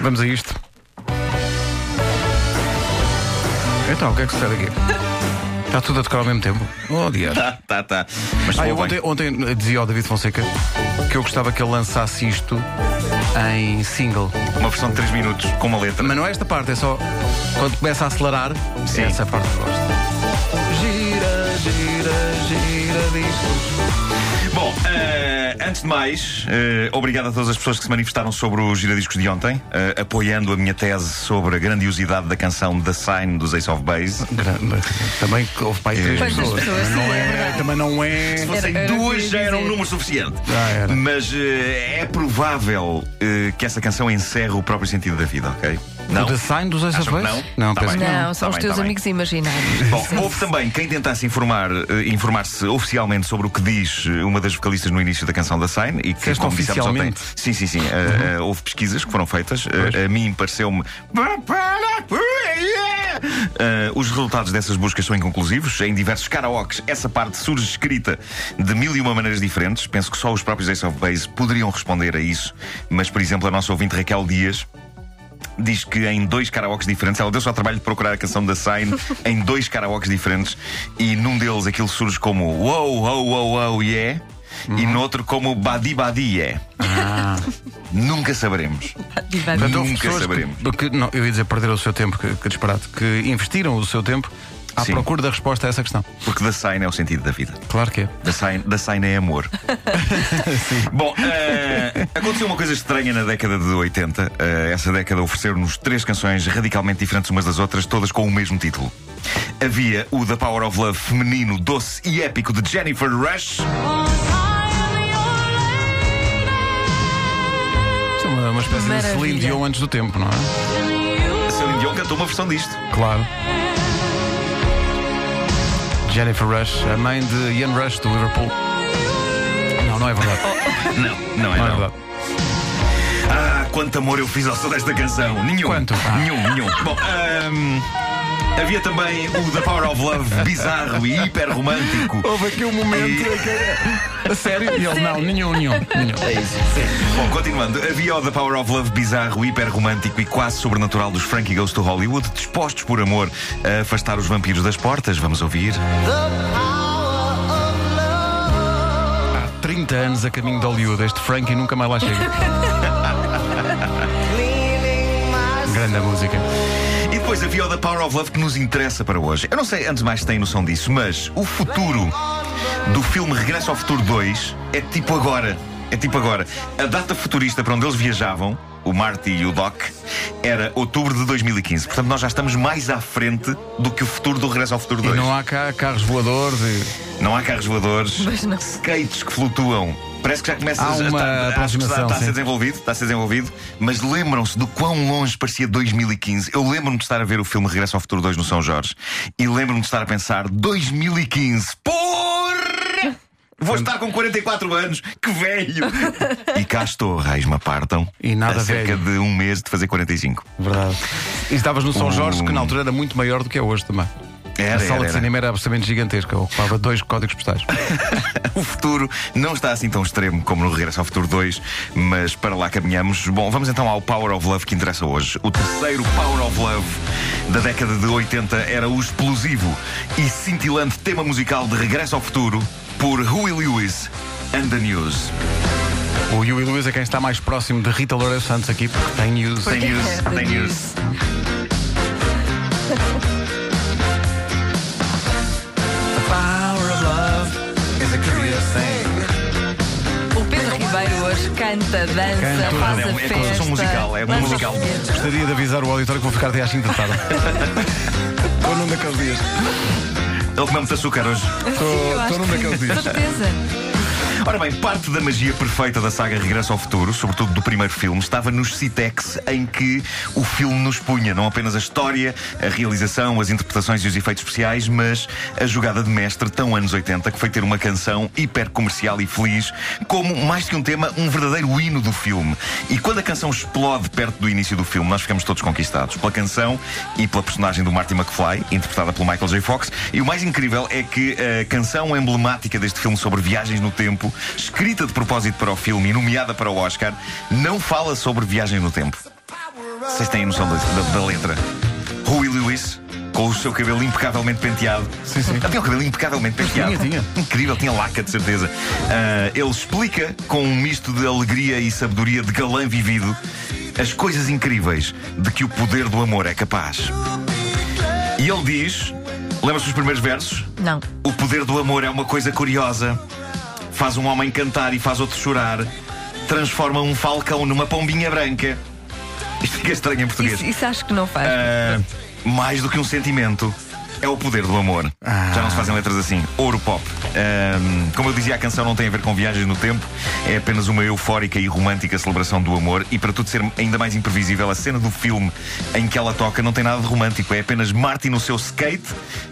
Vamos a isto. Então, o que é que sucede aqui? Está tudo a tocar ao mesmo tempo? Oh, diabo. Tá, tá, tá. Mas Ah, soa eu bem. ontem, ontem dizia ao David Fonseca que eu gostava que ele lançasse isto em single. uma versão de 3 minutos com uma letra. Mas não é esta parte, é só quando começa a acelerar, Sim. é essa parte que eu gosto. Gira, gira, gira discos. Bom, eh, antes de mais, eh, obrigado a todas as pessoas que se manifestaram sobre o giradiscos de ontem, eh, apoiando a minha tese sobre a grandiosidade da canção The Sign dos Ace of Base. Grande. Também que houve mais três Quantas pessoas. pessoas, Não sim, é é, verdade. também não é. Se fossem Era- era o que eu duas, ia já era um dizer. número suficiente. Já era. Mas eh, é provável eh, que essa canção encerre o próprio sentido da vida, ok? O design dos Ace of Acham que Base? não? Não, Tá penso bem. que não. Não, são tá os bem, teus tá bem. amigos imaginários. Bom, houve também quem tentasse informar, eh, informar-se oficialmente sobre o que diz eh, uma das vocalistas no início da canção da Sign e que Disseste como dissemos ontem- oficialmente? Sim, sim, sim. eh, eh, houve pesquisas que foram feitas. Eh, a mim pareceu-me. Eh, os resultados dessas buscas são inconclusivos. Em diversos karaokes, essa parte surge escrita de mil e uma maneiras diferentes. Penso que só os próprios Ace of Base poderiam responder a isso. Mas, por exemplo, a nossa ouvinte Raquel Dias diz que em dois karaokes diferentes, ela deu-se ao trabalho de procurar a canção da Sign em dois karaokes diferentes e num deles aquilo surge como Wow, wow, wow, wow, yeah e no outro como Badi Badi, yeah. Nunca saberemos. Divã. Portanto, houve Nunca pessoas saberemos. Que, que- não, eu ia dizer perder o seu tempo, que, que disparate, que investiram o seu tempo à Sim. procura da resposta a essa questão. Porque da Sign é o sentido da vida. Claro que é. Da Sign, da sign é amor. Bom, eh, aconteceu uma coisa estranha na década de 80. Eh, essa década ofereceu-nos três canções radicalmente diferentes umas das outras, todas com o mesmo título. Havia o The Power of Love feminino, doce e épico de Jennifer Rush. Isto é uma, uma espécie de Celine Maravilha. Dion antes do tempo, não é? A Celine Dion cantou uma versão disto. Claro. Jennifer Rush, a mãe de Ian Rush do Liverpool. Não, não é verdade. Não, não é Não é não. verdade. Ah, quanto amor eu fiz ao som desta canção. Nenhum. Quanto? Ah. Nenhum, nenhum. Bom, ahm, havia também o The Power of Love bizarro e hiper romântico. Houve aqui um momento em que. A sério? E ele, não, nenhum, nenhum. nenhum. Bom, continuando, havia o The Power of Love bizarro, hiper romântico e quase sobrenatural dos Frankie Goes to Hollywood, dispostos por amor a afastar os vampiros das portas. Vamos ouvir. Há 30 anos a caminho de Hollywood, este Frankie nunca mais lá chega. Grande música. E depois havia o The Power of Love que nos interessa para hoje. Eu não sei, antes de mais, se têm noção disso, mas o futuro do filme Regresso ao Futuro 2 é tipo agora. É tipo agora. A data futurista para onde eles viajavam, o Marty e o Doc, era outubro de 2015. Portanto, nós já estamos mais à frente do que o futuro do Regresso ao Futuro E 2. não há cá carros voadores e. Não há carros voadores, Mas não. skates que flutuam. Parece que já começa Há a- uma está, acho que está, aproximação, está a ser sim. desenvolvido, está a ser desenvolvido, mas lembram-se do quão longe parecia 2015. Eu lembro-me de estar a ver o filme Regresso ao Futuro 2 no São Jorge e lembro-me de estar a pensar 2015. Porra! Vou estar com 44 anos, que velho! e cá estou, raios me apartam. E nada a cerca velho. de um mês de fazer 45. Verdade. E estavas no São Jorge, que na altura era muito maior do que é hoje também. Hum. Era, a sala era, de era. cinema era absolutamente gigantesca, ocupava dois códigos postais. O futuro não está assim tão extremo como no Regresso ao Futuro 2, mas para lá caminhamos. Bom, vamos então ao Power of Love que interessa hoje. O terceiro Power of Love da década de 80 era o explosivo e cintilante tema musical de Regresso ao Futuro por Huey Lewis and the News. O Yui Luís é quem está mais próximo de Rita Loureiro Santos aqui, porque tem news. Tem news, É, tem news. é O Pedro Ribeiro hoje canta, dança, Canta. faz É a um- é festa. construção musical, é um lança musical. foguetes. Gostaria de avisar o auditório que vou ficar até às 5 da tarde. Estou num daqueles dias. Ele comeu muito açúcar hoje. Sim, eu acho Estou num que daqueles sim. dias. Certeza. Ora bem, parte da magia perfeita da saga Regresso ao Futuro, sobretudo do primeiro filme, estava nos Citex em que o filme nos punha não apenas a história, a realização, as interpretações e os efeitos especiais, mas a jogada de mestre tão anos 80 que foi ter uma canção hiper comercial e feliz, como mais que um tema, um verdadeiro hino do filme. E quando a canção explode perto do início do filme, nós ficamos todos conquistados pela canção e pela personagem do Marty McFly, interpretada pelo Michael J. Fox. E o mais incrível é que a canção emblemática deste filme sobre viagens no tempo, escrita de propósito para o filme e nomeada para o Oscar, não fala sobre viagem no tempo. Vocês têm noção da, da- da letra? Huey Lewis, com o seu cabelo impecavelmente penteado. Sim, sim. Ele tinha o cabelo impecavelmente penteado. Tinha, tinha. Incrível, tinha laca, de certeza. Ah, ele explica, com um misto de alegria e sabedoria de galã vivido, as coisas incríveis de que o poder do amor é capaz. E ele diz: lembra-se dos primeiros versos? Não. O poder do amor é uma coisa curiosa. Faz um homem cantar e faz outro chorar. Transforma um falcão numa pombinha branca. Isto fica estranho em português. Isso, isso acho que não faz. Ah, mais do que um sentimento. É o poder do amor. Já não se fazem letras assim. Ouro pop. Ahm, como eu dizia, a canção não tem a ver com viagens no tempo. É apenas uma eufórica e romântica celebração do amor. E para tudo ser ainda mais imprevisível, a cena do filme em que ela toca não tem nada de romântico. É apenas Martin no seu skate,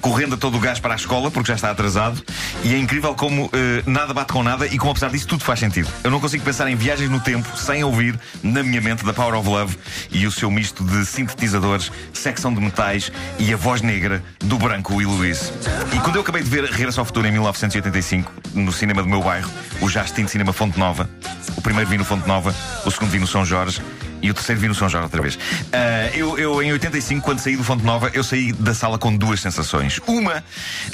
correndo a todo o gás para a escola, porque já está atrasado. E é incrível como eh, nada bate com nada e como, apesar disso, tudo faz sentido. Eu não consigo pensar em viagens no tempo sem ouvir, na minha mente, da Power of Love e o seu misto de sintetizadores, secção de metais e a voz negra do branco Will Lewis. E quando eu acabei de ver Regresso ao Futuro em 1985, no cinema do meu bairro, o já extinto cinema Fonte Nova, o primeiro vi no Fonte Nova, o segundo vi no São Jorge e o terceiro vi no São Jorge outra vez. Ah, eu, eu, em 85, quando saí do Fonte Nova, eu saí da sala com duas sensações. Uma,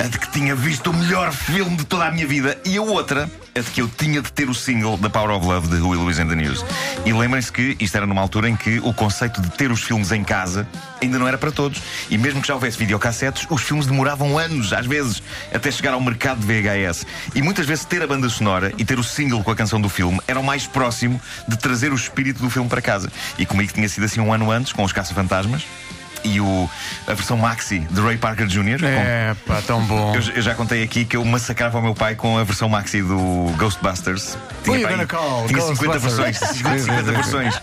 a de que tinha visto o melhor filme de toda a minha vida, e a outra, a de que eu tinha de ter o single da Power of Love de Huey Lewis and the News. E lembrem-se que isto era numa altura em que o conceito de ter os filmes em casa ainda não era para todos. E mesmo que já houvesse videocassetes, os filmes demoravam anos, às vezes, até chegar ao mercado de VHS. E muitas vezes ter a banda sonora e ter o single com a canção do filme era o mais próximo de trazer o espírito do filme para casa. E comigo tinha sido assim um ano antes, com os Caça-Fantasmas. E o, a versão maxi de Ray Parker Jr., com É, pá, tão bom. eu, eu já contei aqui que eu massacrava o meu pai com a versão maxi do Ghostbusters. Who you pá, gonna call? tinha 50 Ghostbusters? versões. 50, Sim, sim, sim. versões.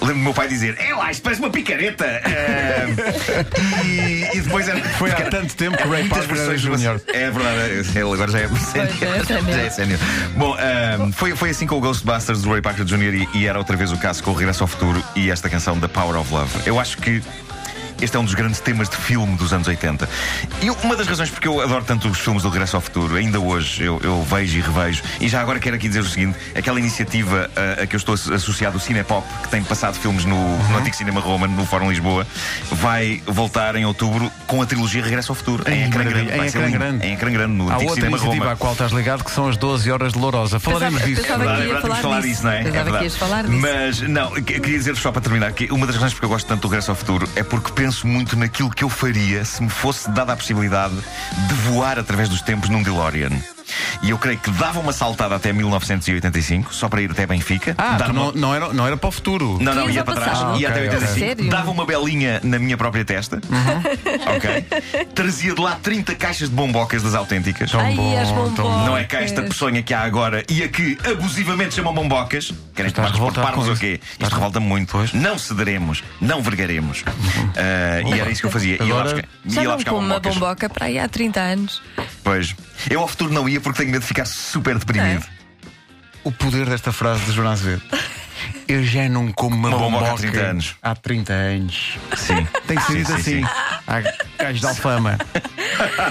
Lembro do meu pai dizer: É lá, isto parece uma picareta. Ah, e, e depois era. Foi há tanto tempo que o Ray Muitas Parker era versões júnior. É verdade, ele agora já é é sénior. Já é sénior. Bom, ahm, foi, foi assim com o Ghostbusters do Ray Parker Jr. E, e era outra vez o caso com o Regresso ao Futuro e esta canção da Power of Love. Eu acho que. Este é um dos grandes temas de filme dos anos 80. E uma das razões porque eu adoro tanto os filmes do Regresso ao Futuro, ainda hoje eu, eu vejo e revejo, e já agora quero aqui dizer o seguinte: aquela iniciativa ah, a, que eu estou asso- associado, o Cinepop, que tem passado filmes no, Uhum. no antigo Cinema Roma, no Fórum Lisboa, vai voltar em outubro com a trilogia Regresso ao Futuro. Ai, Em ecrã maravilha, grande. em vai ser ecrã lindo. grande. Em ecrã grande, no Há antigo outra Cinema iniciativa Roma. à qual estás ligado que são as 12 horas de Lourosa. Falaremos Pensava- disso. pensava- Verdade, que ia é verdade, temos falar falar disso. disso, não é? É Pensava que verdade. ias falar disso. Mas, não, que- queria dizer só para terminar que uma das razões porque eu gosto tanto do Regresso ao Futuro é porque penso muito naquilo que eu faria se me fosse dada a possibilidade de voar através dos tempos num DeLorean. E eu creio que dava uma saltada até 1985, só para ir até Benfica. Ah, dar tu uma- não, não era, não era para o futuro. não, não, Tinhas ia a para trás. passagem. ia Ah, até ok, 85. ok. Sério? Dava uma belinha na minha própria testa. ok. Trazia de lá 30 caixas de bombocas das autênticas. Tão Ai, bom, as tão bom. bombocas. Não é cá esta peçonha que há agora e a que abusivamente chamam bombocas. Querem Estás tomar por revoltado parvos com ou isso. quê? Estás Isto revolta muito. Pois. Uhum. Não cederemos, não vergaremos. Ah, e era isso que eu fazia. Ia lá Agora- buscar, Já ia lá não buscar como uma bombocas. bomboca para aí há 30 anos. Pois. Eu ao futuro não ia porque tenho medo de ficar super deprimido. O poder desta frase de Jonas Azevedo. Eu já não como uma, Uma bomboca bomboca há 30 anos. Há 30 anos. É. Sim. Tem que ser Sim, dito sim, assim. sim. Há gajos de alfama.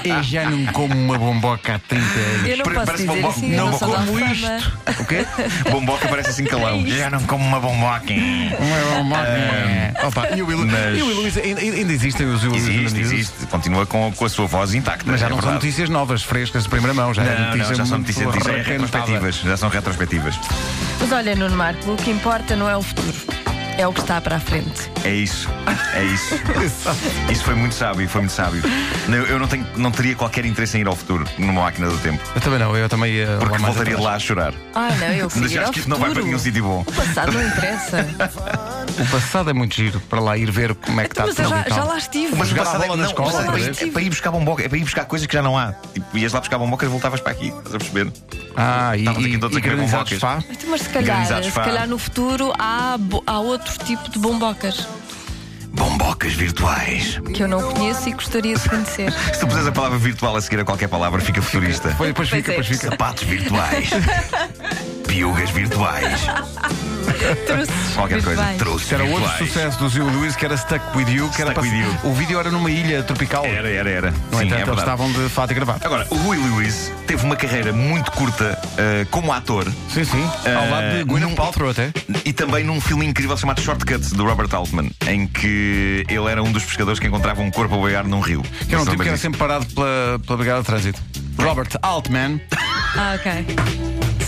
Eu já não como uma bomboca há 30 anos. Eu não Pare- posso parece dizer bombo- assim, eu não não sou da como alfama. isto. O quê? Bomboca parece É assim calão. Já não como uma bomboca. é Uma bomboca. Opa, e o Will mas- e o Will Luís, ainda, ainda existem os Will Luís Existe, Nunes? existe. Continua com, com a sua voz intacta. Mas já é não são verdade. notícias novas, frescas de primeira mão. Já, é Não, não, notícia já são muito notícias, notícias é requentada. retrospectivas. Já são retrospectivas. Mas olha, Nuno Marco, o que importa não é o futuro, é o que está para a frente. É isso, é isso. isso foi muito sábio, foi muito sábio. Não, Eu não, tenho, não teria qualquer interesse em ir ao futuro numa máquina do tempo, Eu também não, eu também ia. porque lá mais voltaria de atrás. lá a chorar. Ah, não, eu Mas queria ir acho ao que isto não vai para futuro. nenhum sítio bom. O passado não interessa. O passado é muito giro para lá ir ver como é que está Então, Mas eu tudo já, e tal. já lá estive. Mas- Jogar a bola na não, escola, mas é- talvez. é, para- é para ir buscar bomboca, é para ir buscar coisas que já não há. Tipo, ias lá buscar bombocas e voltavas para aqui, estás a perceber? Ah, e, Estávamos e, aqui todos e a querer granizados bombocas. fá. Mas, se calhar, Organizados, se pá. calhar no futuro há, bo- há outro tipo de bombocas Bombocas virtuais. que eu não conheço e gostaria de conhecer. Se tu puseres a palavra virtual a seguir a qualquer palavra, fica futurista. Depois, depois Pois fica, é. depois fica. Sapatos virtuais. Piugas virtuais. Trouxe. Qualquer muito coisa. bem. Trouxe. Isto era outro virtuais. sucesso do Gil Luís que era Stuck With You. Que era Stuck para- With You. O vídeo era numa ilha tropical. Era, era, era. No entanto, Sim, é eles verdade. estavam de fato e gravata. Agora, o Rui Lewis teve uma carreira muito curta eh, como ator Sim, sim. Ao Eh, lado de Gwyneth num- Paltrow até. e também num filme incrível chamado Shortcut, do Robert Altman, em que ele era um dos pescadores que encontrava um corpo a boiar num rio. Que era um Só tipo que era mais isso. sempre parado pela, pela Brigada de Trânsito. Robert Altman. Ah, ok.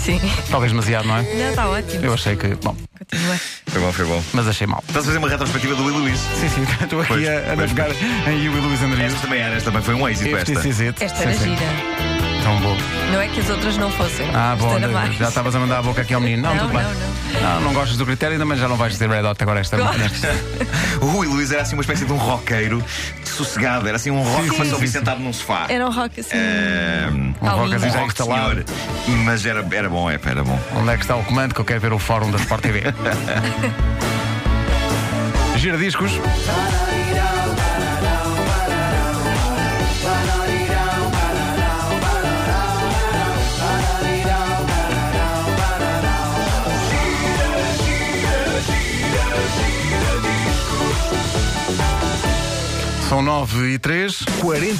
Sim. Talvez demasiado, não é? Não, está ótimo. Eu achei que. Bom, Continua. Foi bom, foi bom. mas achei mal. Estás a fazer uma retrospectiva do Rui Lewis. Sim, sim. Estou aqui Pois, a, a pois, navegar em You e Luís Andrews. Esta também era, esta também foi um êxito esta. This is it. Esta era Sim, sim. gira. Tão bom. Não é que as outras não fossem. Ah, Esta bom, era mais. já estavas a mandar a boca aqui ao menino. Não, Não, tudo bem. não, não. não, não gostas do critério, ainda, mas já não vais dizer Red Hot agora esta Gosto. nesta- O Rui Luís era assim uma espécie de um roqueiro sossegado, era assim um rock, Sim, mas sim, só vi sim. sentado num sofá. Era um rock assim. Ehm, Um rock Calminho. assim um já rock de instalado. senhor. Mas era, era bom, é, era bom. Onde é que está o comando que eu quero ver o fórum da Sport TV? Gira discos. São 9 e 3. 40